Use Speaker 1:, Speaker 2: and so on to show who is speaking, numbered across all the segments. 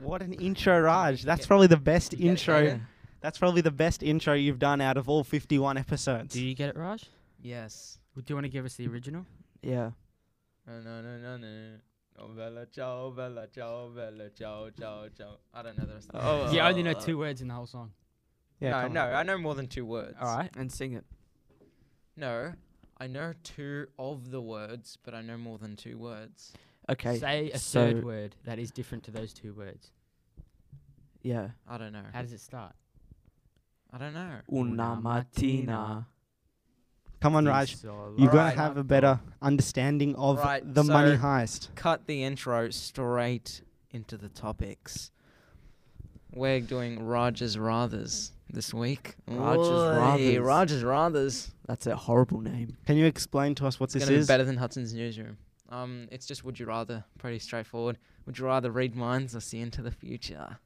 Speaker 1: What an intro, Raj. That's probably the best
Speaker 2: You get it,
Speaker 1: intro.
Speaker 2: yeah.
Speaker 1: That's probably the best intro you've done out of all 51 episodes.
Speaker 3: Do you get it, Raj?
Speaker 2: Yes.
Speaker 3: Do you want to give us the original?
Speaker 2: Yeah.
Speaker 4: No, no, no, no, no. Oh, bella ciao, bella ciao, bella ciao, ciao, ciao.
Speaker 2: I don't know the rest.
Speaker 4: Oh,
Speaker 3: yeah, I only know
Speaker 4: uh,
Speaker 3: two words in the whole song.
Speaker 1: yeah,
Speaker 4: no, no, I know more than two words.
Speaker 3: All right.
Speaker 2: And sing it.
Speaker 4: No, I know two of the words, but I know more than two words.
Speaker 2: Okay.
Speaker 3: Say a
Speaker 2: so-
Speaker 3: third word that is different to those two words.
Speaker 2: Yeah.
Speaker 4: I don't know.
Speaker 3: How does it start?
Speaker 4: I don't know.
Speaker 2: Una
Speaker 3: Una
Speaker 2: mattina.
Speaker 1: Come on,
Speaker 3: Di
Speaker 1: Raj.
Speaker 3: solo-
Speaker 1: You're going
Speaker 4: Alright.
Speaker 1: to have a better understanding of
Speaker 4: Right,
Speaker 1: the money
Speaker 4: so-
Speaker 1: heist.
Speaker 4: Cut the intro straight into the topics. We're doing Raj's Rathers this week.
Speaker 2: Raj's
Speaker 4: Oi,
Speaker 2: Rathers.
Speaker 4: Raj's Rathers.
Speaker 2: That's a horrible name.
Speaker 1: Can you explain to us what
Speaker 4: It's
Speaker 1: this
Speaker 4: gonna
Speaker 1: is?
Speaker 4: be better than Hudson's newsroom. Um, it's just would you rather? Pretty straightforward. Would you rather read minds or see into the future?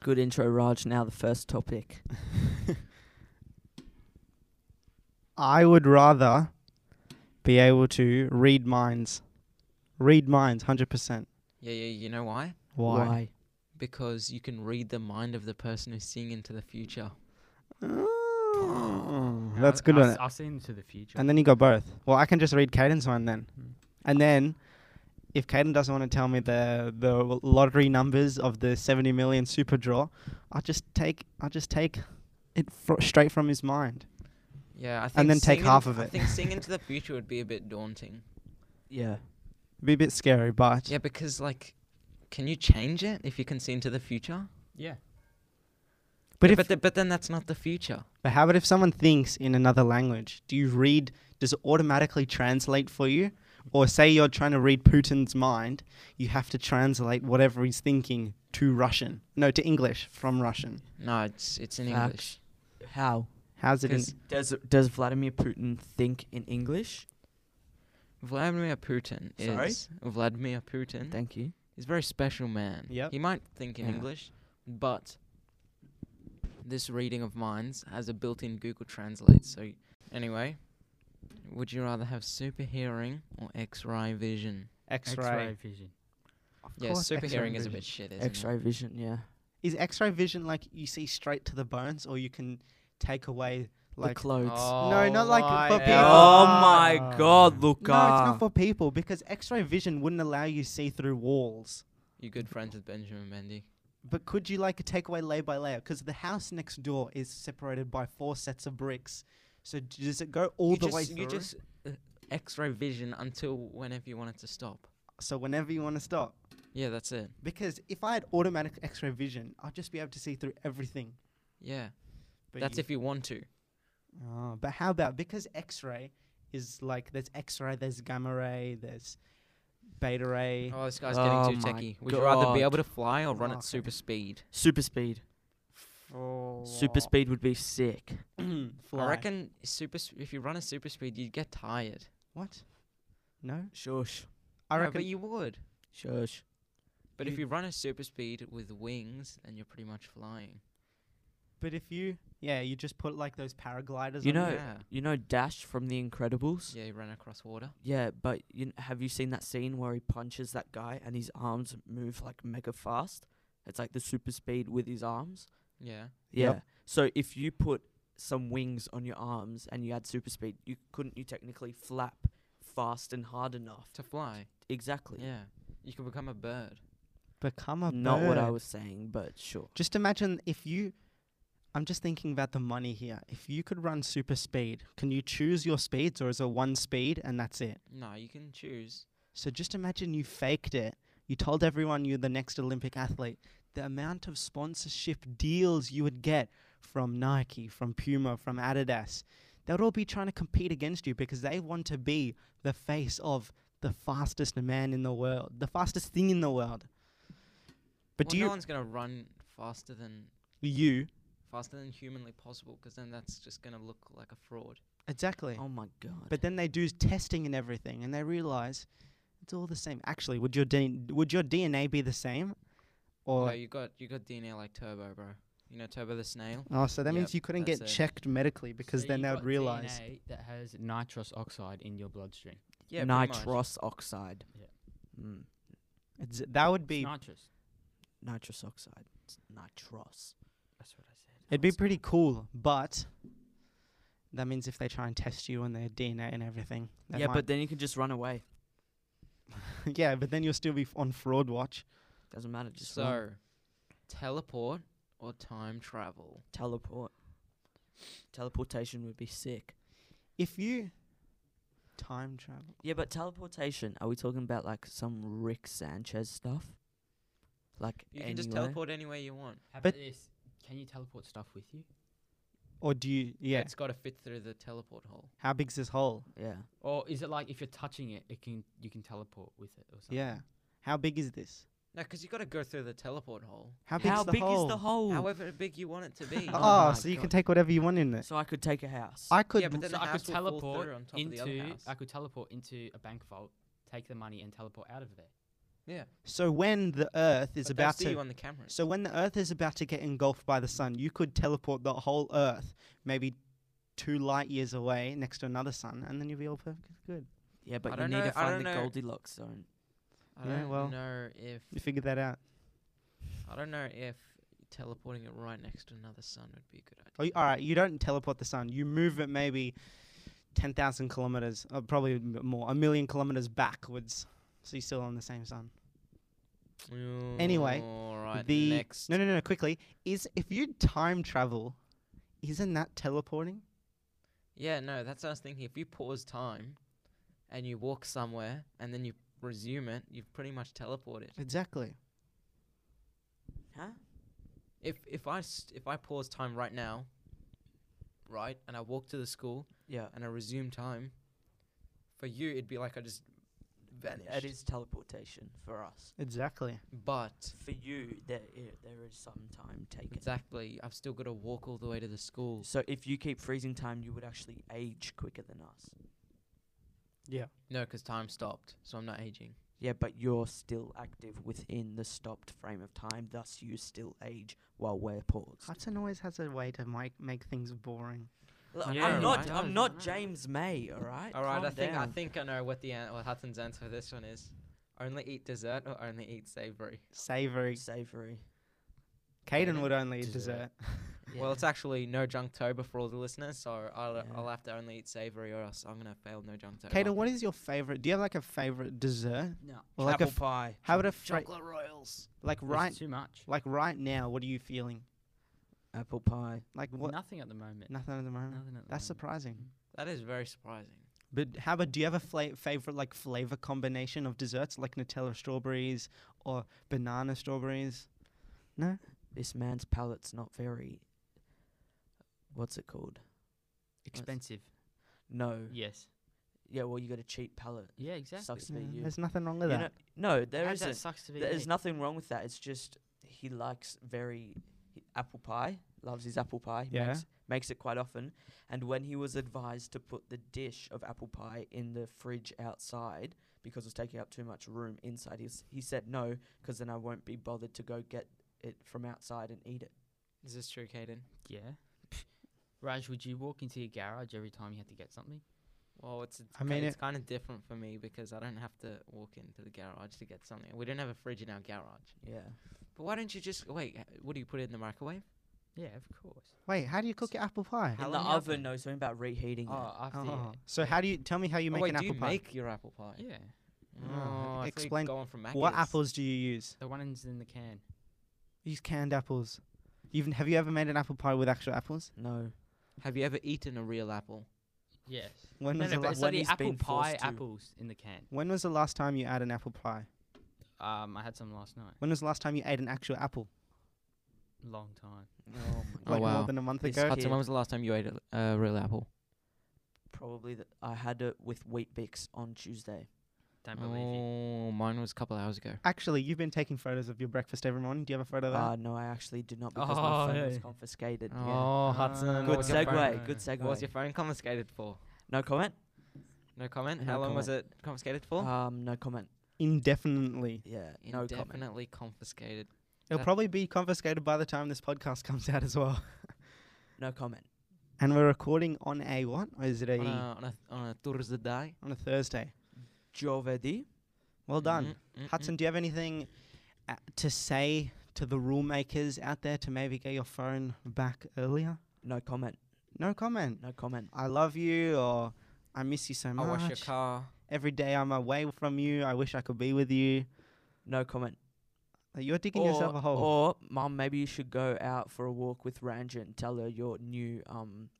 Speaker 2: Good intro, Raj. Now the first topic.
Speaker 1: I would rather be able to read minds. Read minds, 100%.
Speaker 4: Yeah, yeah. You know why?
Speaker 1: Why?
Speaker 4: Because you can read the mind of the person who's seeing into the future.
Speaker 1: Oh,
Speaker 3: No,
Speaker 1: that's good
Speaker 3: I'll,
Speaker 1: one.
Speaker 3: s- I'll see into the future.
Speaker 1: And then you got both. Well, I can just read Caden's one then.
Speaker 3: Mm.
Speaker 1: And then if Caden doesn't want to tell me the the w- lottery numbers of the 70 million super draw, I'll just take I'll just take it fro- straight from his mind.
Speaker 4: Yeah, I think.
Speaker 1: And then take
Speaker 4: seeing
Speaker 1: half
Speaker 4: in-
Speaker 1: of
Speaker 4: I
Speaker 1: it.
Speaker 4: think seeing into the future would be a bit daunting.
Speaker 2: Yeah.
Speaker 1: It'd be a bit scary, but
Speaker 4: Yeah, because like, can you change it if you can see into the future?
Speaker 3: yeah.
Speaker 1: but
Speaker 4: Yeah,
Speaker 1: if
Speaker 4: but, th- but then that's not the future.
Speaker 1: but how about if someone thinks in another language? Do you read does it automatically translate for you? Or say you're trying to read Putin's mind, you have to translate whatever he's thinking to Russian. No, to English from Russian.
Speaker 4: No, it's it's in
Speaker 2: Facts.
Speaker 4: English.
Speaker 2: How?
Speaker 1: How's it in
Speaker 4: 'Cause
Speaker 2: Does does Vladimir Putin think in English?
Speaker 4: Vladimir Putin
Speaker 2: Sorry?
Speaker 4: is Vladimir Putin.
Speaker 2: Mm. Thank you.
Speaker 4: He's a very special man.
Speaker 1: Yep.
Speaker 4: He might think in
Speaker 2: Yeah.
Speaker 4: English, but this reading of minds has a built-in Google Translate. So anyway, would you rather have super hearing or X-ray vision?
Speaker 3: X-ray
Speaker 1: X-ray?
Speaker 3: vision.
Speaker 1: Of
Speaker 4: Yeah,
Speaker 1: course,
Speaker 4: super
Speaker 1: X-ray
Speaker 4: hearing is a
Speaker 1: vision.
Speaker 4: bit shit, isn't it?
Speaker 2: X-ray vision. Yeah.
Speaker 1: Is X-ray vision like you see straight to the bones, or you can take away
Speaker 2: the
Speaker 1: like?
Speaker 2: clothes.
Speaker 1: no, not like
Speaker 4: my
Speaker 1: for people.
Speaker 2: Oh
Speaker 4: God.
Speaker 2: my God, Luca.
Speaker 1: no, it's not for people because X-ray vision wouldn't allow you see through walls.
Speaker 4: You good friends with Benjamin Mendy?
Speaker 1: But could you like take away layer by layer? Because the house next door is separated by four sets of bricks. So d- does it go all
Speaker 4: you
Speaker 1: the
Speaker 4: just,
Speaker 1: way through?
Speaker 4: You just uh, X-ray vision until whenever you want it to stop.
Speaker 1: so whenever you want to stop.
Speaker 4: Yeah, that's it.
Speaker 1: Because if I had automatic X-ray vision, I'd just be able to see through everything.
Speaker 4: Yeah,
Speaker 1: But
Speaker 4: that's
Speaker 1: you-
Speaker 4: if you want to.
Speaker 1: Oh, but how about because X-ray is like there's X-ray, there's gamma ray, there's beta ray.
Speaker 4: Oh, this guy's
Speaker 2: Oh
Speaker 4: getting too
Speaker 2: my
Speaker 4: techie. Would you rather be
Speaker 2: God.
Speaker 4: able to fly or run
Speaker 1: Okay.
Speaker 4: at super speed?
Speaker 2: Super speed. Super speed would be sick.
Speaker 1: Fly.
Speaker 4: I reckon super. s if you run at super speed, you'd get tired.
Speaker 1: What? No,
Speaker 2: Shush.
Speaker 1: I
Speaker 4: No,
Speaker 1: reckon.
Speaker 4: but you would.
Speaker 2: Shush.
Speaker 4: But if
Speaker 1: You-
Speaker 4: you run at super speed with wings, then you're pretty much flying.
Speaker 1: but if you, yeah, you just put like those paragliders.
Speaker 2: You
Speaker 1: on
Speaker 2: know-
Speaker 4: Yeah.
Speaker 2: You know Dash from The Incredibles?
Speaker 4: Yeah, you run across water.
Speaker 2: Yeah, but you kn- have you seen that scene where he punches that guy and his arms move like mega fast? It's like the super speed with his arms.
Speaker 4: Yeah.
Speaker 2: Yeah.
Speaker 1: Yep.
Speaker 2: So if you put some wings on your arms and you had super speed, you couldn't you technically flap fast and hard enough?
Speaker 4: To fly.
Speaker 2: Exactly.
Speaker 4: Yeah. You could become a bird.
Speaker 1: become a
Speaker 2: Not what I
Speaker 1: bird.
Speaker 2: was saying, but sure.
Speaker 1: Just imagine if you. I'm just thinking about the money here. If you could run super speed, can you choose your speeds or is it one speed and that's it?
Speaker 4: No, you can choose.
Speaker 1: So just imagine you faked it. You told everyone you're the next Olympic athlete. The amount of sponsorship deals you would get from Nike, from Puma, from Adidas, they would all be trying to compete against you because they want to be the face of the fastest man in the world, the fastest thing in the world. But
Speaker 4: well,
Speaker 1: do
Speaker 4: no
Speaker 1: you,
Speaker 4: one's gonna run faster than
Speaker 1: you,
Speaker 4: faster than humanly possible, 'cause then that's just gonna look like a fraud.
Speaker 1: exactly.
Speaker 2: Oh my god.
Speaker 1: But then they do testing and everything, and they realize it's all the same. Actually, would your D- would your DNA be the same, or
Speaker 4: no, you got you got DNA like Turbo, bro. You know Turbo the snail.
Speaker 1: Oh, so that
Speaker 4: Yep,
Speaker 1: means you couldn't get
Speaker 4: that's it.
Speaker 1: checked medically because
Speaker 3: So
Speaker 1: then
Speaker 3: you've
Speaker 1: they would
Speaker 3: got
Speaker 1: realize.
Speaker 3: DNA that has nitrous oxide in your bloodstream.
Speaker 4: Yeah, pretty much.
Speaker 2: nitrous oxide.
Speaker 3: Yeah.
Speaker 2: Mm.
Speaker 1: It's, that would
Speaker 3: It's
Speaker 1: be
Speaker 3: nitrous.
Speaker 2: nitrous oxide. It's nitrous.
Speaker 3: That's what I said.
Speaker 1: It'd be pretty cool, but that means if they try and test you on their DNA and everything, they
Speaker 2: yeah,
Speaker 1: might-
Speaker 2: but then you can just run away.
Speaker 1: yeah, but then you'll still be f- on fraud watch.
Speaker 2: Doesn't matter. Just
Speaker 4: so,
Speaker 2: run.
Speaker 4: teleport or time travel?
Speaker 2: teleport. Teleportation would be sick.
Speaker 1: If you time travel,
Speaker 2: Yeah, but teleportation. Are we talking about like some Rick Sanchez stuff? Like
Speaker 4: You can just
Speaker 2: anywhere?
Speaker 4: teleport anywhere you want.
Speaker 3: How
Speaker 1: But-
Speaker 3: about this? Can you teleport stuff with you?
Speaker 1: or do you? Yeah.
Speaker 4: It's got to fit through the teleport hole.
Speaker 1: How big's this hole?
Speaker 2: Yeah.
Speaker 3: Or is it like if you're touching it, it can you can teleport with it or something?
Speaker 1: Yeah. How big is this?
Speaker 4: No, 'cause you got to go through the teleport hole.
Speaker 1: How big's
Speaker 2: How
Speaker 1: the
Speaker 2: big
Speaker 1: hole?
Speaker 2: is the hole?
Speaker 4: However big you want it to be.
Speaker 1: Oh,
Speaker 3: my
Speaker 1: so you can
Speaker 3: God.
Speaker 1: take whatever you want in it.
Speaker 2: so I could take a house.
Speaker 1: I could.
Speaker 4: yeah, but then
Speaker 3: So
Speaker 4: the
Speaker 3: I
Speaker 4: house will
Speaker 3: could
Speaker 4: fall
Speaker 3: teleport
Speaker 4: through on top of the other
Speaker 3: into.
Speaker 4: house.
Speaker 3: I could teleport into a bank vault, take the money, and teleport out of there.
Speaker 4: yeah,
Speaker 1: so when the Earth is
Speaker 4: but they'll
Speaker 1: about
Speaker 4: see
Speaker 1: to
Speaker 4: you on the camera.
Speaker 1: So when the Earth is about to get engulfed by the sun, you could teleport the whole Earth, maybe two light years away, next to another sun, and then you'll be all perfect good.
Speaker 2: yeah,
Speaker 4: I
Speaker 2: but you
Speaker 4: don't
Speaker 2: need
Speaker 4: know- I
Speaker 2: to
Speaker 4: don't
Speaker 2: find the
Speaker 4: know.
Speaker 2: Goldilocks zone.
Speaker 4: I
Speaker 1: Yeah,
Speaker 4: don't
Speaker 1: well.
Speaker 4: know if
Speaker 1: You figured that out.
Speaker 4: I don't know if teleporting it right next to another sun would be a good idea.
Speaker 1: Oh, y- all right, you don't teleport the sun. You move it maybe ten thousand kilometers, uh, probably m- more, a million kilometers backwards. So you're still on the same sun. Anyway,
Speaker 4: all right,
Speaker 1: the
Speaker 4: next.
Speaker 1: no, no, no, no, quickly is if you time travel, isn't that teleporting?
Speaker 4: Yeah, no, that's what I was thinking. If you pause time, and you walk somewhere, and then you resume it, you've pretty much teleported.
Speaker 1: Exactly.
Speaker 2: Huh?
Speaker 4: If if I s- if I pause time right now, right, and I walk to the school
Speaker 2: Yeah.
Speaker 4: and I resume time, for you it'd be like I just vanished.
Speaker 2: It is teleportation for us.
Speaker 1: Exactly.
Speaker 4: But
Speaker 2: For you, there i- there is some time taken.
Speaker 4: exactly, I've still got to walk all the way to the school.
Speaker 2: So if you keep freezing time, you would actually age quicker than us.
Speaker 1: Yeah.
Speaker 4: No, 'cause time stopped, so I'm not aging.
Speaker 2: Yeah, but you're still active within the stopped frame of time, thus you still age while we're paused.
Speaker 1: Hudson always has a way to make make things boring.
Speaker 2: Look,
Speaker 3: Yeah,
Speaker 2: I'm not.
Speaker 4: right.
Speaker 2: I'm not James May. All right.
Speaker 4: All right, I
Speaker 2: Calm
Speaker 4: think I
Speaker 2: down.
Speaker 4: think I know what the an- what Hudson's answer for this one is. Only eat dessert or only eat savory.
Speaker 1: Savory.
Speaker 2: savory.
Speaker 1: Caden
Speaker 4: Caden
Speaker 1: would only eat dessert.
Speaker 3: dessert.
Speaker 4: Well, it's actually no junktober for all the listeners, so I'll
Speaker 2: Yeah.
Speaker 4: I'll have to only eat savory or else I'm gonna fail no junktober.
Speaker 1: Caden, what is your favorite? Do you have like a favorite dessert?
Speaker 2: No.
Speaker 1: Well, like a
Speaker 2: Apple
Speaker 1: f-
Speaker 2: pie.
Speaker 1: How would a fra-
Speaker 2: chocolate royals.
Speaker 1: like
Speaker 3: It's
Speaker 1: right
Speaker 3: too much.
Speaker 1: like right now? What are you feeling?
Speaker 2: Apple pie.
Speaker 1: Like what?
Speaker 3: Nothing at the moment.
Speaker 1: Nothing at the moment.
Speaker 3: Nothing at the
Speaker 1: That's
Speaker 3: moment.
Speaker 1: surprising.
Speaker 4: That is very surprising.
Speaker 1: But how about? Do you have a fla- favorite like flavor combination of desserts, like Nutella strawberries or banana strawberries? No.
Speaker 2: This man's palate's not very. What's it called?
Speaker 3: Expensive.
Speaker 2: No. Yeah.
Speaker 3: Yes.
Speaker 2: well, you got a cheap palate.
Speaker 3: Yeah. Exactly.
Speaker 2: Sucks to be
Speaker 1: Yeah,
Speaker 2: you.
Speaker 1: there's nothing wrong with
Speaker 2: You
Speaker 1: that.
Speaker 2: know- no, there
Speaker 3: How
Speaker 2: isn't.
Speaker 3: That sucks to be.
Speaker 2: There's
Speaker 3: you.
Speaker 2: nothing wrong with that. It's just he likes very he- apple pie. Loves his apple pie. he Makes, makes it quite often. And when he was advised to put the dish of apple pie in the fridge outside because it was taking up too much room inside, he, s he said no because then I won't be bothered to go get it from outside and eat it.
Speaker 4: Is this true, Caden?
Speaker 3: Yeah. Raj, would you walk into your garage every time you had to get something?
Speaker 4: Well, it's it's,
Speaker 1: I mean,
Speaker 4: it's kind of different for me because I don't have to walk into the garage to get something. We don't have a fridge in our garage.
Speaker 2: Yeah.
Speaker 4: But why don't you just wait? h- What do you put it in the microwave?
Speaker 3: Yeah, of course.
Speaker 1: Wait, how do you cook your apple pie?
Speaker 4: How
Speaker 2: in the
Speaker 4: long you have
Speaker 2: oven, no, something about reheating
Speaker 3: Oh, after.
Speaker 1: Oh,
Speaker 3: Oh.
Speaker 1: so how do you tell me how you
Speaker 4: Oh,
Speaker 1: make an
Speaker 4: wait, do
Speaker 1: apple
Speaker 4: you
Speaker 1: pie?
Speaker 4: make your apple pie?
Speaker 3: Yeah.
Speaker 1: Oh,
Speaker 4: Oh,
Speaker 1: explain-
Speaker 4: explain. Going from Maggie's.
Speaker 1: What apples do you use?
Speaker 3: The one is in the can.
Speaker 1: Use canned apples. Even have you ever made an apple pie with actual apples?
Speaker 2: No.
Speaker 4: Have you ever eaten a real apple?
Speaker 3: Yes.
Speaker 1: When
Speaker 3: No,
Speaker 1: was the
Speaker 3: no, but
Speaker 1: la-
Speaker 3: it's
Speaker 2: when
Speaker 3: like the
Speaker 2: he's
Speaker 3: apple
Speaker 2: been
Speaker 3: pie
Speaker 2: forced to.
Speaker 3: apples in the can.
Speaker 1: when was the last time you had an apple pie?
Speaker 3: Um, I had some last night.
Speaker 1: When was the last time you ate an actual apple?
Speaker 3: Long time.
Speaker 2: Oh
Speaker 4: Oh,
Speaker 2: my
Speaker 1: like
Speaker 2: god.
Speaker 1: more
Speaker 4: wow.
Speaker 1: than a month
Speaker 2: This
Speaker 1: ago.
Speaker 2: Hudson, when
Speaker 4: was the last time you ate a uh, real apple?
Speaker 2: Probably that I had it with wheat bix on Tuesday.
Speaker 3: Don't believe you.
Speaker 4: Oh, mine was a couple hours ago.
Speaker 1: Actually, you've been taking photos of your breakfast every morning. Do you have a photo of that?
Speaker 2: Uh, no, I actually did not because my
Speaker 3: Oh,
Speaker 2: phone was
Speaker 3: yeah.
Speaker 2: confiscated. yeah.
Speaker 4: Oh, Hudson.
Speaker 2: Good
Speaker 4: what was your phone-
Speaker 2: segue. Good segue.
Speaker 4: What was your phone confiscated for?
Speaker 2: no comment.
Speaker 4: No comment.
Speaker 2: No
Speaker 4: How long was it confiscated for?
Speaker 1: Uh,
Speaker 4: Uh,
Speaker 2: Um, no comment.
Speaker 1: Indefinitely.
Speaker 2: Yeah, no comment.
Speaker 4: Indefinitely confiscated.
Speaker 1: It'll
Speaker 4: that-
Speaker 1: probably be confiscated by the time this podcast comes out as well.
Speaker 2: No comment.
Speaker 1: And we're recording on a what? Or is it a
Speaker 4: On a, on a, on a Thursday.
Speaker 1: on a Thursday?
Speaker 2: Giovedì.
Speaker 1: Well done,
Speaker 4: Mhm, mhm.
Speaker 1: Hudson. Do you have anything uh, to say to the rule makers out there to maybe get your phone back earlier?
Speaker 2: No comment.
Speaker 1: No comment.
Speaker 2: No comment.
Speaker 1: I love you or I miss you so
Speaker 4: I
Speaker 1: much.
Speaker 4: wash your car.
Speaker 1: Every day I'm away from you. I wish I could be with you.
Speaker 2: No comment.
Speaker 1: Like, You're digging yourself a hole.
Speaker 2: Or, mum, maybe you should go out for a walk with Ranjan and tell her your new um,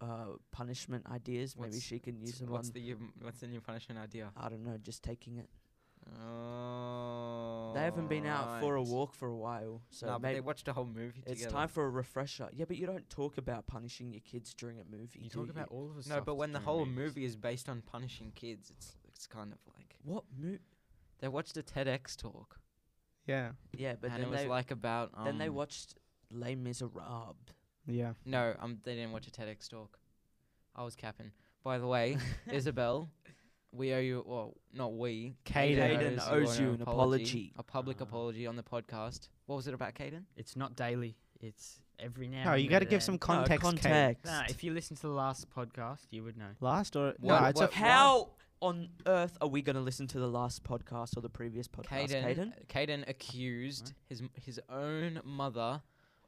Speaker 2: uh, punishment ideas. maybe
Speaker 4: What's-
Speaker 2: she can use
Speaker 4: What's-
Speaker 2: them
Speaker 4: What's
Speaker 2: on.
Speaker 4: the you- what's the new punishment idea?
Speaker 2: I don't know, just taking it.
Speaker 4: Oh,
Speaker 2: They haven't been out for a
Speaker 4: right.
Speaker 2: walk for a while, so
Speaker 4: nah, but
Speaker 2: maybe
Speaker 4: they watched a whole movie
Speaker 2: it's
Speaker 4: together.
Speaker 2: time for a refresher. Yeah, but you don't talk about punishing your kids during a movie.
Speaker 3: You
Speaker 2: do
Speaker 3: talk about all of us.
Speaker 4: no, but when the whole movie is based on punishing kids, it's it's kind of like
Speaker 2: what movie?
Speaker 4: they watched a TEDx talk,
Speaker 1: yeah.
Speaker 2: Yeah, but
Speaker 4: and it
Speaker 2: then
Speaker 4: was
Speaker 2: they
Speaker 4: like about um,
Speaker 2: then they watched Les Miserables.
Speaker 1: Yeah.
Speaker 4: No, um, they didn't watch a TEDx talk. I was capping. By the way, Isabel, we owe you. Well, not we.
Speaker 1: Caden
Speaker 2: Caden owes you an apology.
Speaker 4: A public
Speaker 3: Ah.
Speaker 4: apology on the podcast. What was it about, Caden?
Speaker 3: It's not daily. It's every now.
Speaker 1: No,
Speaker 3: and
Speaker 1: you got to
Speaker 3: then.
Speaker 1: give some context.
Speaker 2: No,
Speaker 1: Kate.
Speaker 2: context.
Speaker 3: Nah, if you listen to the last podcast, you would know.
Speaker 1: Last or
Speaker 4: What-
Speaker 1: no? It's
Speaker 4: what-
Speaker 1: a
Speaker 2: How on earth are we going to listen to the last podcast or the previous podcast,
Speaker 4: Caden. uh,
Speaker 2: Caden?
Speaker 4: Caden accused his his own mother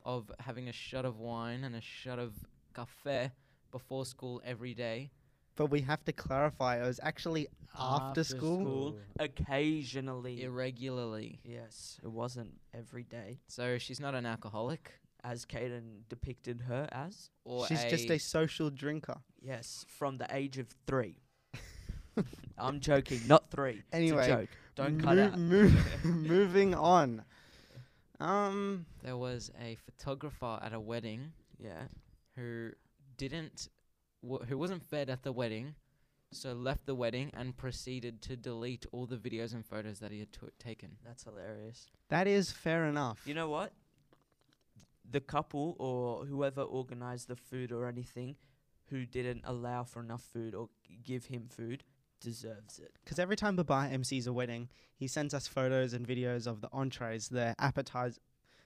Speaker 4: of having a shot of wine and a shot of cafe before school every day.
Speaker 1: but we have to clarify. It was actually after, school.
Speaker 2: school. Occasionally.
Speaker 4: Irregularly.
Speaker 2: yes, it wasn't every day,
Speaker 4: So she's not an alcoholic
Speaker 2: as Caden depicted her as.
Speaker 4: or
Speaker 1: She's
Speaker 4: a,
Speaker 1: just a social drinker.
Speaker 2: Yes, from the age of three. I'm joking, not three.
Speaker 1: Anyway,
Speaker 2: it's a joke. Don't cut
Speaker 1: Mo-
Speaker 2: out.
Speaker 1: mo- moving on. Um.
Speaker 4: There was a photographer at a wedding
Speaker 2: Yeah.
Speaker 4: who didn't, w- who wasn't fed at the wedding, so left the wedding and proceeded to delete all the videos and photos that he had t- taken.
Speaker 2: That's hilarious.
Speaker 1: That is fair enough.
Speaker 2: You know what? The couple or whoever organized the food or anything who didn't allow for enough food or g- give him food deserves it.
Speaker 1: because every time Baba MCs a wedding, he sends us photos and videos of the entrees, the appetiz,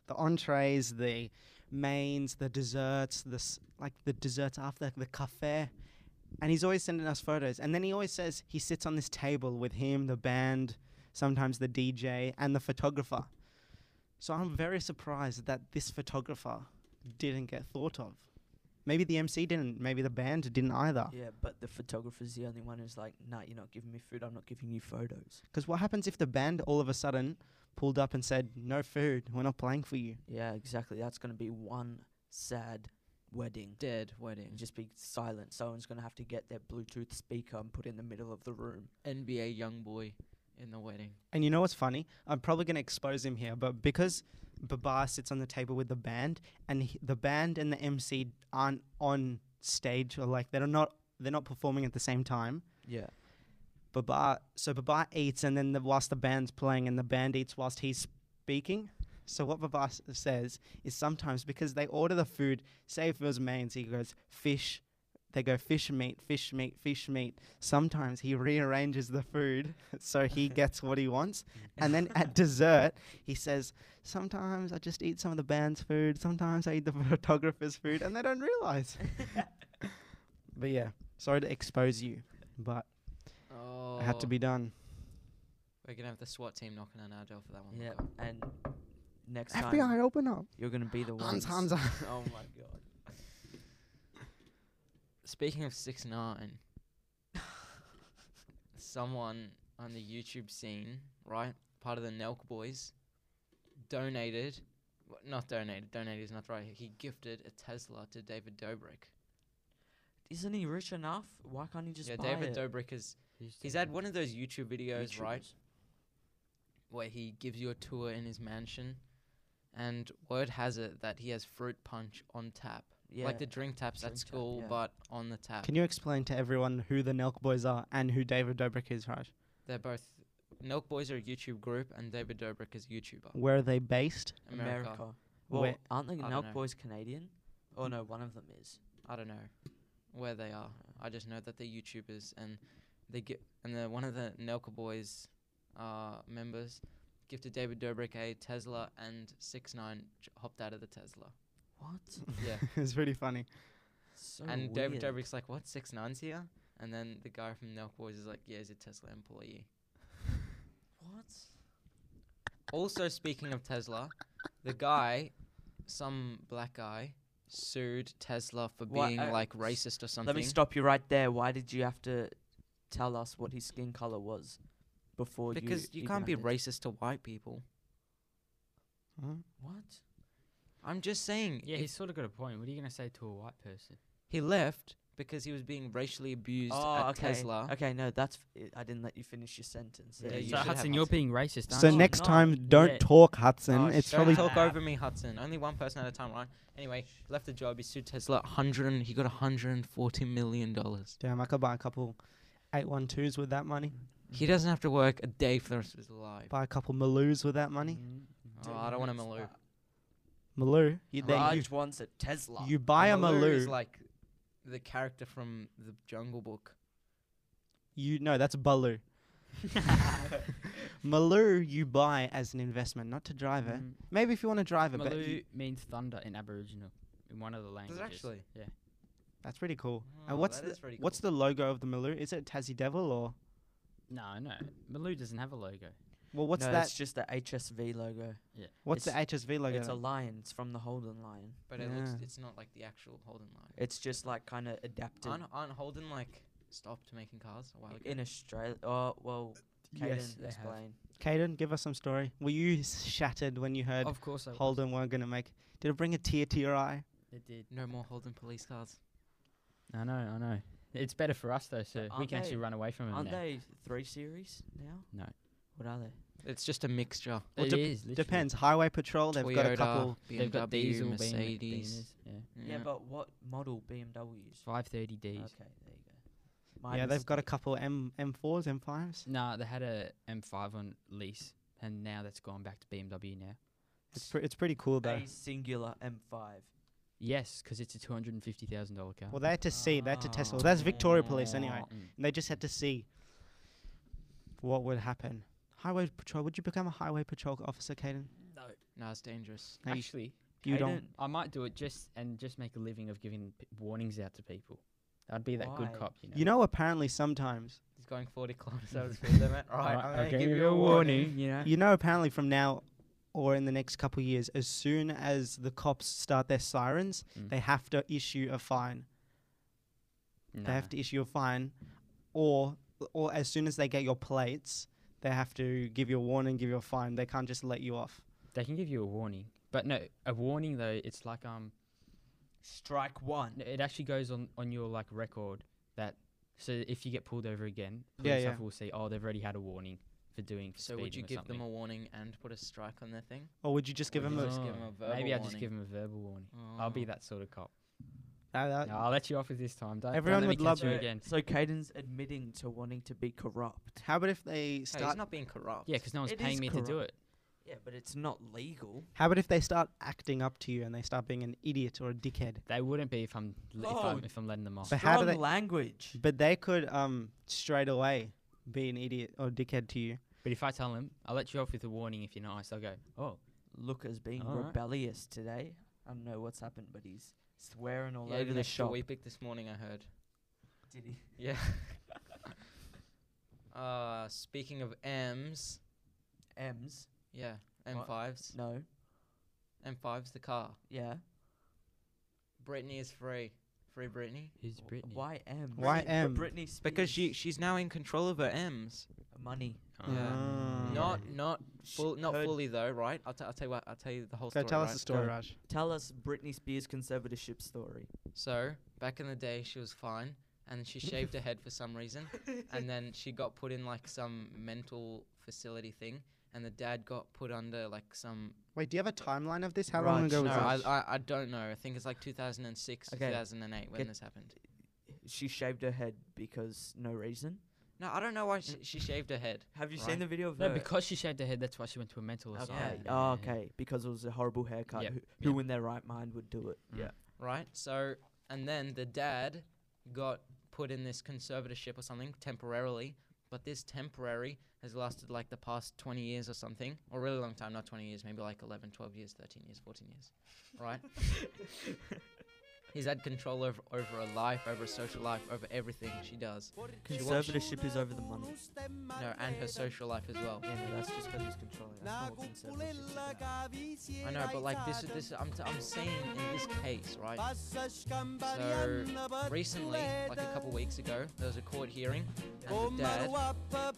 Speaker 1: the entrees, the mains, the desserts, the s- like the desserts after the cafe, and he's always sending us photos. And then he always says he sits on this table with him, the band, sometimes the DJ, and the photographer. So I'm very surprised that this photographer didn't get thought of. Maybe the MC didn't. Maybe the band didn't either.
Speaker 2: Yeah, but the photographer's the only one who's like, nah, you're not giving me food, I'm not giving you photos.
Speaker 1: Because what happens if the band all of a sudden pulled up and said, "No food, we're not playing for you"?
Speaker 2: Yeah, exactly. That's going to be one sad wedding.
Speaker 4: Dead
Speaker 2: And
Speaker 4: wedding.
Speaker 2: Just be silent. Someone's going to have to get their Bluetooth speaker and put it in the middle of the room.
Speaker 4: NBA young boy in the wedding.
Speaker 1: And you know what's funny? I'm probably going to expose him here, but because Baba sits on the table with the band, and he, the band and the MC aren't on stage or like they're not they're not performing at the same time.
Speaker 2: Yeah.
Speaker 1: Baba so Baba eats, and then the, whilst the band's playing, and the band eats whilst he's speaking. So what Baba s- says is sometimes because they order the food, say if it was mains, he goes fish. They go fish meat, fish meat, fish meat. Sometimes he rearranges the food so he gets what he wants. And then at dessert, he says, Sometimes I just eat some of the band's food. Sometimes I eat the photographer's food. And they don't realize. but yeah, sorry to expose you, but
Speaker 4: Oh,
Speaker 1: it had to be done.
Speaker 4: We're gonna have the SWAT team knocking on our door for that one.
Speaker 2: Yeah.
Speaker 4: Lachlan.
Speaker 2: And next
Speaker 1: FBI,
Speaker 2: time,
Speaker 1: open up.
Speaker 2: you're going to be Oh, the one.
Speaker 1: Hans, uh, Hansa.
Speaker 2: oh my God.
Speaker 4: Speaking of six nine, someone on the YouTube scene, right, part of the Nelk Boys, donated, w- not donated, donated is not right. He gifted a Tesla to David Dobrik.
Speaker 2: Isn't he rich enough? Why can't he just
Speaker 4: yeah,
Speaker 2: buy
Speaker 4: David
Speaker 2: it?
Speaker 4: Dobrik is. He's had one of those YouTube videos, right,
Speaker 2: YouTubers.
Speaker 4: where he gives you a tour in his mansion, and word has it that he has fruit punch on tap,
Speaker 2: Yeah.
Speaker 4: like the drink taps
Speaker 2: Drink
Speaker 4: at
Speaker 2: tap,
Speaker 4: school,
Speaker 2: yeah.
Speaker 4: but on the tap.
Speaker 1: Can you explain to everyone who the Nelk Boys are and who David Dobrik is, Raj?
Speaker 4: They're both. Milk Boys are a YouTube group, and David Dobrik is a YouTuber.
Speaker 1: Where are they based?
Speaker 4: America.
Speaker 2: America. Well,
Speaker 1: Where-
Speaker 2: aren't the
Speaker 4: I don't
Speaker 2: Nelk
Speaker 4: know.
Speaker 2: Boys Canadian? Oh no, one of them is.
Speaker 4: I don't know where they are. I just know that they're YouTubers, and they get and the, one of the Nelka Boys uh, members gifted David Dobrik a Tesla, and six nine hopped out of the Tesla.
Speaker 2: What?
Speaker 4: Yeah,
Speaker 1: it's pretty funny.
Speaker 2: So
Speaker 4: and David
Speaker 2: weird.
Speaker 4: Dobrik's like, "What? Six nine's here?" And then the guy from Nelk Boys is like, "Yeah, he's a Tesla employee."
Speaker 2: What?
Speaker 4: Also, speaking of Tesla, the guy, some black guy, sued Tesla for
Speaker 2: Why,
Speaker 4: being
Speaker 2: uh,
Speaker 4: like
Speaker 2: s-
Speaker 4: racist or something.
Speaker 2: Let me stop you right there. Why did you have to tell us what his skin color was before you?
Speaker 4: Because you,
Speaker 2: even
Speaker 4: can't be
Speaker 2: had it?
Speaker 4: racist to white people.
Speaker 1: Huh?
Speaker 2: What?
Speaker 4: I'm just saying.
Speaker 3: Yeah,
Speaker 4: if
Speaker 3: he's sort of got a point. What are you gonna say to a white person?
Speaker 4: he left because he was being racially abused
Speaker 2: Oh,
Speaker 4: at
Speaker 2: okay.
Speaker 4: Tesla.
Speaker 2: Okay, no, that's. F- I didn't let you finish your sentence.
Speaker 4: Yeah,
Speaker 2: there.
Speaker 4: you
Speaker 3: so
Speaker 4: should have
Speaker 3: Hudson, you're
Speaker 4: Hudson.
Speaker 3: being racist, aren't
Speaker 1: So
Speaker 3: you?
Speaker 1: next
Speaker 2: no.
Speaker 1: time, don't
Speaker 3: Yeah.
Speaker 1: talk, Hudson.
Speaker 4: Oh,
Speaker 1: it's
Speaker 4: shut
Speaker 1: probably
Speaker 4: talk
Speaker 3: Ah.
Speaker 4: over me, Hudson. Only one person at a time, right? Anyway, left the job. He sued Tesla. Hundred. and- He got hundred and forty million dollars.
Speaker 1: damn. I could buy a couple eight one twos with that money.
Speaker 4: He doesn't have to work a day for the rest of his life.
Speaker 1: Buy a couple Maloos with that
Speaker 3: Mm-hmm.
Speaker 1: money.
Speaker 4: Oh, I don't want a Maloo.
Speaker 1: Maloo, you,
Speaker 4: Right.
Speaker 1: then you,
Speaker 2: Raj wants a Tesla.
Speaker 1: you buy a
Speaker 4: is
Speaker 1: Maloo.
Speaker 4: like the character from the Jungle Book.
Speaker 1: you no, that's Baloo. Maloo you buy as an investment, not to drive it.
Speaker 3: Mm.
Speaker 1: Maybe if you want to drive it, but you-
Speaker 3: Maloo means thunder in Aboriginal, in one of the languages.
Speaker 4: actually?
Speaker 3: Yeah.
Speaker 1: that's pretty cool.
Speaker 4: Oh,
Speaker 1: and what's
Speaker 4: that
Speaker 1: the
Speaker 4: is pretty
Speaker 1: what's the logo of the Maloo? Is it Tassie Devil or
Speaker 3: No, no. Maloo doesn't have a logo.
Speaker 1: well? What's
Speaker 2: no,
Speaker 1: that?
Speaker 2: It's just the HSV logo.
Speaker 1: What's the
Speaker 2: it's-
Speaker 1: HSV logo?
Speaker 2: It's a
Speaker 1: then?
Speaker 2: lion. It's from the Holden Lion.
Speaker 4: But it looks,
Speaker 1: Yeah.
Speaker 4: it's not like the actual Holden line.
Speaker 2: It's just like kind of adapted
Speaker 4: Aren't, aren't Holden like stopped making cars a while ago?
Speaker 2: in Australia. Oh well, Caden,
Speaker 4: Yes, they have.
Speaker 2: explain.
Speaker 1: Caden, give us some story. Were you s- shattered when you heard
Speaker 3: Of course I was.
Speaker 1: Holden weren't gonna make? Did it bring a tear to your eye?
Speaker 3: It did.
Speaker 4: no more Holden police cars.
Speaker 3: I know, I know. It's better for us though, so we
Speaker 2: aren't
Speaker 3: can actually
Speaker 2: they-
Speaker 3: run away from him
Speaker 2: Aren't
Speaker 3: now.
Speaker 2: they three series now?
Speaker 3: No.
Speaker 2: What are they?
Speaker 4: It's just a mixture.
Speaker 1: Well,
Speaker 3: It
Speaker 1: dep-
Speaker 3: is, literally.
Speaker 1: Depends. Highway Patrol, they've
Speaker 4: Toyota,
Speaker 1: got a couple.
Speaker 4: BMW,
Speaker 3: They've got diesel, Beamer,
Speaker 4: Mercedes.
Speaker 3: Beamers, yeah.
Speaker 2: Yeah, but what model BMWs?
Speaker 3: 530 Ds.
Speaker 2: Okay, there you go. My
Speaker 1: yeah, they've got a
Speaker 2: mistake.
Speaker 1: couple M M4s, M5s.
Speaker 3: Nah, they had a M5 on lease, and now that's gone back to BMW now.
Speaker 1: It's pre- it's pretty cool though.
Speaker 2: a singular M5.
Speaker 3: Yes, 'cause it's a two hundred and fifty thousand dollar car.
Speaker 1: Well, they had to see. They had to test.
Speaker 2: Oh.
Speaker 1: Well, that's Victoria Police anyway.
Speaker 3: Mm.
Speaker 1: And they just had to see what would happen. Highway patrol. Would you become a highway patrol officer, Caden?
Speaker 4: No, it's dangerous.
Speaker 1: No, you-
Speaker 3: Actually,
Speaker 1: You don't.
Speaker 2: Caden-
Speaker 3: I might do it just and just make a living of giving p- warnings out to people. I'd be that
Speaker 2: Why?
Speaker 3: good cop, you know.
Speaker 1: You know, apparently sometimes.
Speaker 4: He's going 40 kilometers over the speed limit. All right,
Speaker 3: Alright,
Speaker 4: I'm
Speaker 3: I'll
Speaker 4: gonna give, you a warning.
Speaker 3: you know.
Speaker 1: You know, apparently from now or in the next couple of years, as soon as the cops start their sirens,
Speaker 3: Mm.
Speaker 1: they have to issue a fine. They
Speaker 3: Nah.
Speaker 1: have to issue a fine, or or as soon as they get your plates, they have to give you a warning, give you a fine. They can't just let you off.
Speaker 3: They can give you a warning, but no, a warning though. It's like um,
Speaker 2: Strike one.
Speaker 3: n- it actually goes on on your like record that. So if you get pulled over again,
Speaker 1: Yeah,
Speaker 3: police
Speaker 1: yeah.
Speaker 3: officer will say, "Oh, they've already had a warning for doing." For
Speaker 4: So would you
Speaker 3: speeding or
Speaker 4: give
Speaker 3: something.
Speaker 4: them a warning and put a strike on their thing?
Speaker 1: Or would you just give
Speaker 4: Or
Speaker 1: them
Speaker 4: you
Speaker 1: a?
Speaker 4: just give 'em a verbal
Speaker 3: Maybe I'll just
Speaker 4: warning.
Speaker 3: give them a verbal warning. I'll
Speaker 4: Oh.
Speaker 3: be that sort of cop.
Speaker 1: No, that-
Speaker 3: No, I'll let you off with this time. Don't, don't
Speaker 1: Everyone
Speaker 3: let me
Speaker 1: would love
Speaker 3: catch you
Speaker 1: it.
Speaker 3: again.
Speaker 2: So Caden's admitting to wanting to be corrupt.
Speaker 1: How about if they
Speaker 4: Hey, he's
Speaker 1: start?
Speaker 4: not being corrupt.
Speaker 3: Yeah, 'cause no one's
Speaker 2: It is
Speaker 3: paying me to do it.
Speaker 2: Yeah, but it's not legal.
Speaker 1: How about if they start acting up to you and they start being an idiot or a dickhead?
Speaker 3: They wouldn't be if I'm li- if,
Speaker 2: Oh,
Speaker 3: I'm, if I'm letting them off.
Speaker 1: But how do
Speaker 2: Strong
Speaker 1: they?
Speaker 2: language.
Speaker 1: But they could um straight away be an idiot or dickhead to you.
Speaker 3: But if I tell them, I'll let you off with a warning if you're not nice. I'll go. Oh,
Speaker 2: Look as being
Speaker 3: Alright.
Speaker 2: rebellious today. I don't know what's happened, but he's swearing all
Speaker 4: Yeah,
Speaker 2: over
Speaker 4: even
Speaker 2: the
Speaker 4: extra
Speaker 2: shop.
Speaker 4: Weepic this morning, I heard.
Speaker 2: Did he?
Speaker 4: Yeah. uh, speaking of M's,
Speaker 2: M's?
Speaker 4: yeah,
Speaker 2: What?
Speaker 4: M5s.
Speaker 2: No.
Speaker 4: M5's the car.
Speaker 2: Yeah.
Speaker 4: Britney is free. Free Britney.
Speaker 3: who's Brittany?
Speaker 2: Why M?
Speaker 1: Why
Speaker 2: Britney-
Speaker 1: M?
Speaker 2: But Britney Spears.
Speaker 4: Because she she's now in control of her M's.
Speaker 2: money.
Speaker 3: Oh.
Speaker 4: Yeah.
Speaker 1: Ah.
Speaker 3: Mm.
Speaker 4: Mm. Not not
Speaker 2: Sh-
Speaker 4: full, not
Speaker 2: her-
Speaker 4: fully though, right? I'll, t- I'll tell you what, I'll tell you the whole
Speaker 1: So
Speaker 4: story.
Speaker 1: tell us
Speaker 4: right?
Speaker 1: the story,
Speaker 2: Go.
Speaker 1: Raj.
Speaker 2: Tell us Britney Spears' conservatorship story.
Speaker 4: So back in the day, she was fine, and she shaved her head for some reason, and then she got put in like some mental facility thing, and the dad got put under like some.
Speaker 1: Wait, do you have a timeline of this? How long
Speaker 2: Raj,
Speaker 1: ago
Speaker 4: No,
Speaker 1: was
Speaker 2: that?
Speaker 4: I,
Speaker 1: this?
Speaker 4: I I don't know. I think it's like 2006,
Speaker 2: Okay.
Speaker 4: 2008 when
Speaker 2: Get-
Speaker 4: this happened.
Speaker 2: She shaved her head because no reason.
Speaker 4: No, I don't know why she, she shaved her head.
Speaker 2: Have you
Speaker 4: Right.
Speaker 2: seen the video of
Speaker 3: No,
Speaker 2: her?
Speaker 3: because she shaved her head. That's why she went to a mental
Speaker 2: Okay.
Speaker 3: asylum.
Speaker 4: Yeah.
Speaker 2: Oh, okay. Because it was a horrible haircut.
Speaker 3: Yep,
Speaker 2: Who, who
Speaker 3: yep.
Speaker 2: in their right mind would do it?
Speaker 4: Mm. right? So, and then the dad got put in this conservatorship or something temporarily, but this temporary has lasted like the past 20 years or something, or really long time, not 20 years, maybe like 11, 12 years, 13 years, 14 years, right? He's had control over, over her life, over her social life, over everything she does.
Speaker 2: Conservatorship is over the money.
Speaker 4: No, and her social life as well.
Speaker 2: Yeah, no, that's just because he's controlling. That's not what conservatorship's about.
Speaker 4: I know, but like this, this I'm, t- I'm saying in this case, right? So recently, like a couple weeks ago, there was a court hearing, and the dad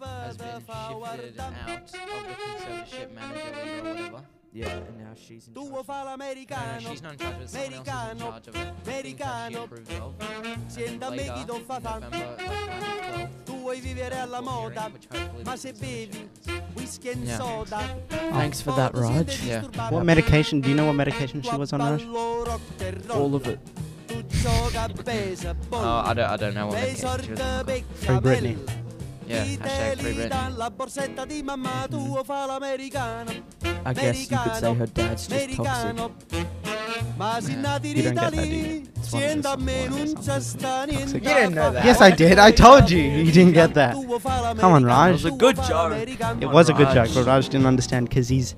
Speaker 4: has been shifted out of the conservatorship manager leader or whatever.
Speaker 2: Yeah, and now she's in charge.
Speaker 5: Tu vuoi fare
Speaker 4: No, no,
Speaker 5: l'americano,
Speaker 4: she's not in charge of it. Someone else is in charge of it. Things that she approved
Speaker 5: Americano.
Speaker 4: of.
Speaker 5: Sienta me
Speaker 4: Later,
Speaker 5: chi
Speaker 4: in
Speaker 5: t'ho fa fan.
Speaker 4: November, like, 2012,
Speaker 5: Tu vuoi vivere alla
Speaker 4: court
Speaker 5: moda,
Speaker 4: hearing, which hopefully
Speaker 5: ma
Speaker 4: the
Speaker 5: se
Speaker 4: conservatorship
Speaker 5: bevi
Speaker 4: ends.
Speaker 5: whisky and
Speaker 4: Yeah.
Speaker 5: soda.
Speaker 2: Thanks for that, Raj.
Speaker 4: Yeah.
Speaker 1: What medication? Do you know what medication she was on, Raj?
Speaker 2: All of it.
Speaker 5: Tu gioca a baseball.
Speaker 4: Oh, I don't, I don't know what
Speaker 5: Dei
Speaker 4: that came
Speaker 5: sorte
Speaker 4: she was on.
Speaker 1: Free Britney.
Speaker 5: becca
Speaker 4: Yeah,
Speaker 5: Chi
Speaker 4: hashtag
Speaker 5: te
Speaker 4: free
Speaker 5: li dà
Speaker 4: Britney.
Speaker 5: la borsetta di mamma tu fa l'americano.
Speaker 2: I guess you could say her dad's just toxic.
Speaker 5: Americano. Ma si
Speaker 1: Eh,
Speaker 4: Nah,
Speaker 5: nati in
Speaker 2: you don't get that, do you?
Speaker 5: Italia,
Speaker 2: It's one of
Speaker 5: sienta
Speaker 2: those
Speaker 5: me
Speaker 2: songs.
Speaker 5: non c'è sta niente.
Speaker 1: You
Speaker 4: didn't know that.
Speaker 1: Yes, I did. I told you. You didn't get that. Come on, Raj. It was
Speaker 2: a good joke.
Speaker 1: It
Speaker 2: on,
Speaker 1: was a good
Speaker 2: Raj.
Speaker 1: joke, but Raj didn't understand because he's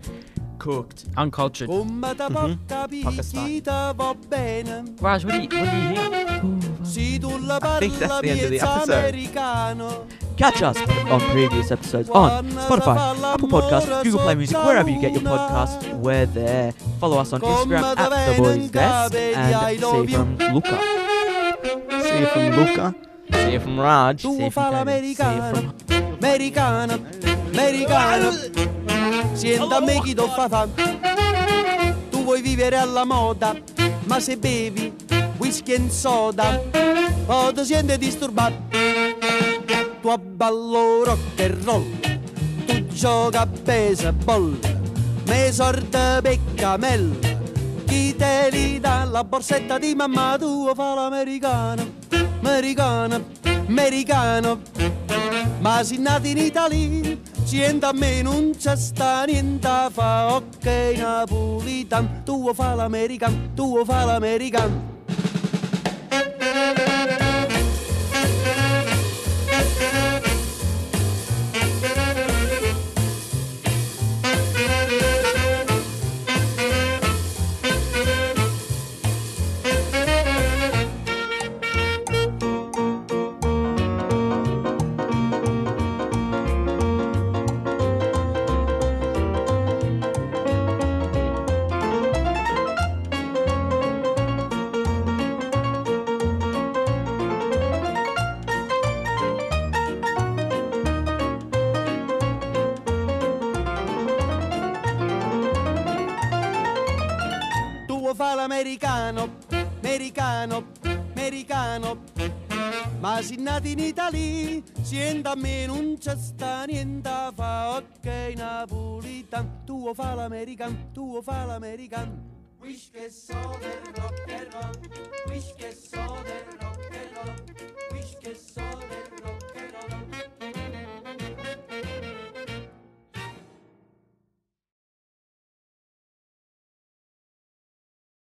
Speaker 2: Cooked.
Speaker 3: Uncultured.
Speaker 5: Come te
Speaker 1: Mm-hmm.
Speaker 5: può capire
Speaker 2: Pakistan.
Speaker 5: chi te va bene
Speaker 3: Raj, what do you, what do you hear?
Speaker 5: Se tu la
Speaker 2: I think that's
Speaker 5: parla
Speaker 2: the end of the
Speaker 5: piezza
Speaker 2: episode.
Speaker 5: americano
Speaker 2: Catch us on previous episodes on Spotify, Apple Podcasts, Google Play Music, wherever you get your podcasts. We're there. Follow us on Instagram at the boys best and see from Luca,
Speaker 1: see from Luca.
Speaker 2: see from Raj,
Speaker 5: Tu
Speaker 2: see
Speaker 5: fa
Speaker 2: from Katie, see
Speaker 5: l'americano
Speaker 2: from
Speaker 5: Americano Americano Sientami chi t'ho fa fa Tu vuoi vivere alla moda Ma se bevi whisky e soda O ti senti disturbato Tu ballo rock and roll Tu gioca a baseball Me sorte peccamel Chi te li dà la borsetta di mamma tua Fa l'americano Americano Americano ma si nati in Italia, sienta a me non c'è sta niente fa, ok napolitan, tu vuoi fa l'american, tu vuoi fa l'american. Tu vuoi fare l'americano, americano, americano. Ma se nati in Italia, sienta a me non c'è sta niente fa, ok napolitan. Tu vuoi fare l'americano, tu vuoi fare l'americano. Whisky e soda.